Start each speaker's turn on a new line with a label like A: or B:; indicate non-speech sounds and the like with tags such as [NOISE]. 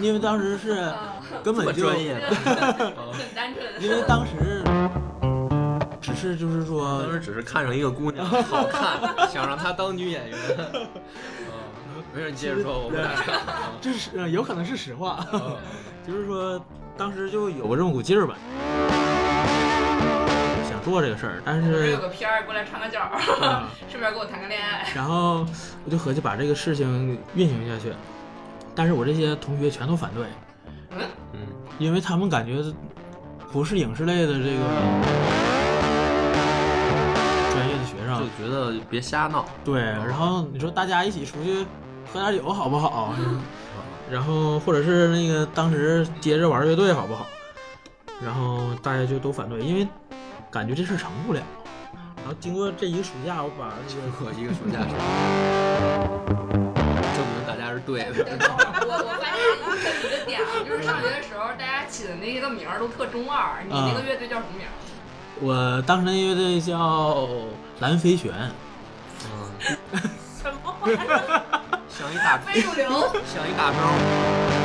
A: 因为当时是根
B: 这
A: 本
B: 么
A: 就 [LAUGHS]
B: 专业，
C: [LAUGHS] 很单纯。
A: 因为当时只是就是说
B: [LAUGHS] 当时只是看上一个姑娘好看，想让她当女演员。嗯，没事，你接着说，我不打岔。
A: 这是呃有可能是实话，
B: 嗯
A: 就是说当时就有个这么股劲儿吧，想做这个事儿，但
C: 我这
A: 是
C: 有个片儿，过来唱个角，
A: 啊
C: 顺便跟我谈个恋爱。
A: 然后我就合计把这个事情运行下去，但是我这些同学全都反对，
B: 嗯，
A: 因为他们感觉不是影视类的这个专业的学生
B: 就，觉得别瞎闹。
A: 对，然后你说大家一起出去喝点酒好不好？然后或者是那个当时接着玩乐队好不好？然后大家就都反对，因为感觉这事儿成不了。然后经过这一个暑假，我把这个
B: 我一个暑假生，证明大家是对的。
C: 我 [LAUGHS] 我发现一个一个点啊，就是上学的时候，大家起的那些个名儿都特中二。你那个乐队叫什么名儿？
A: 我当时那乐队叫蓝飞旋，
B: 嗯，
C: 什么玩意儿？
B: 像一大
C: 非主流。
B: 像一大招。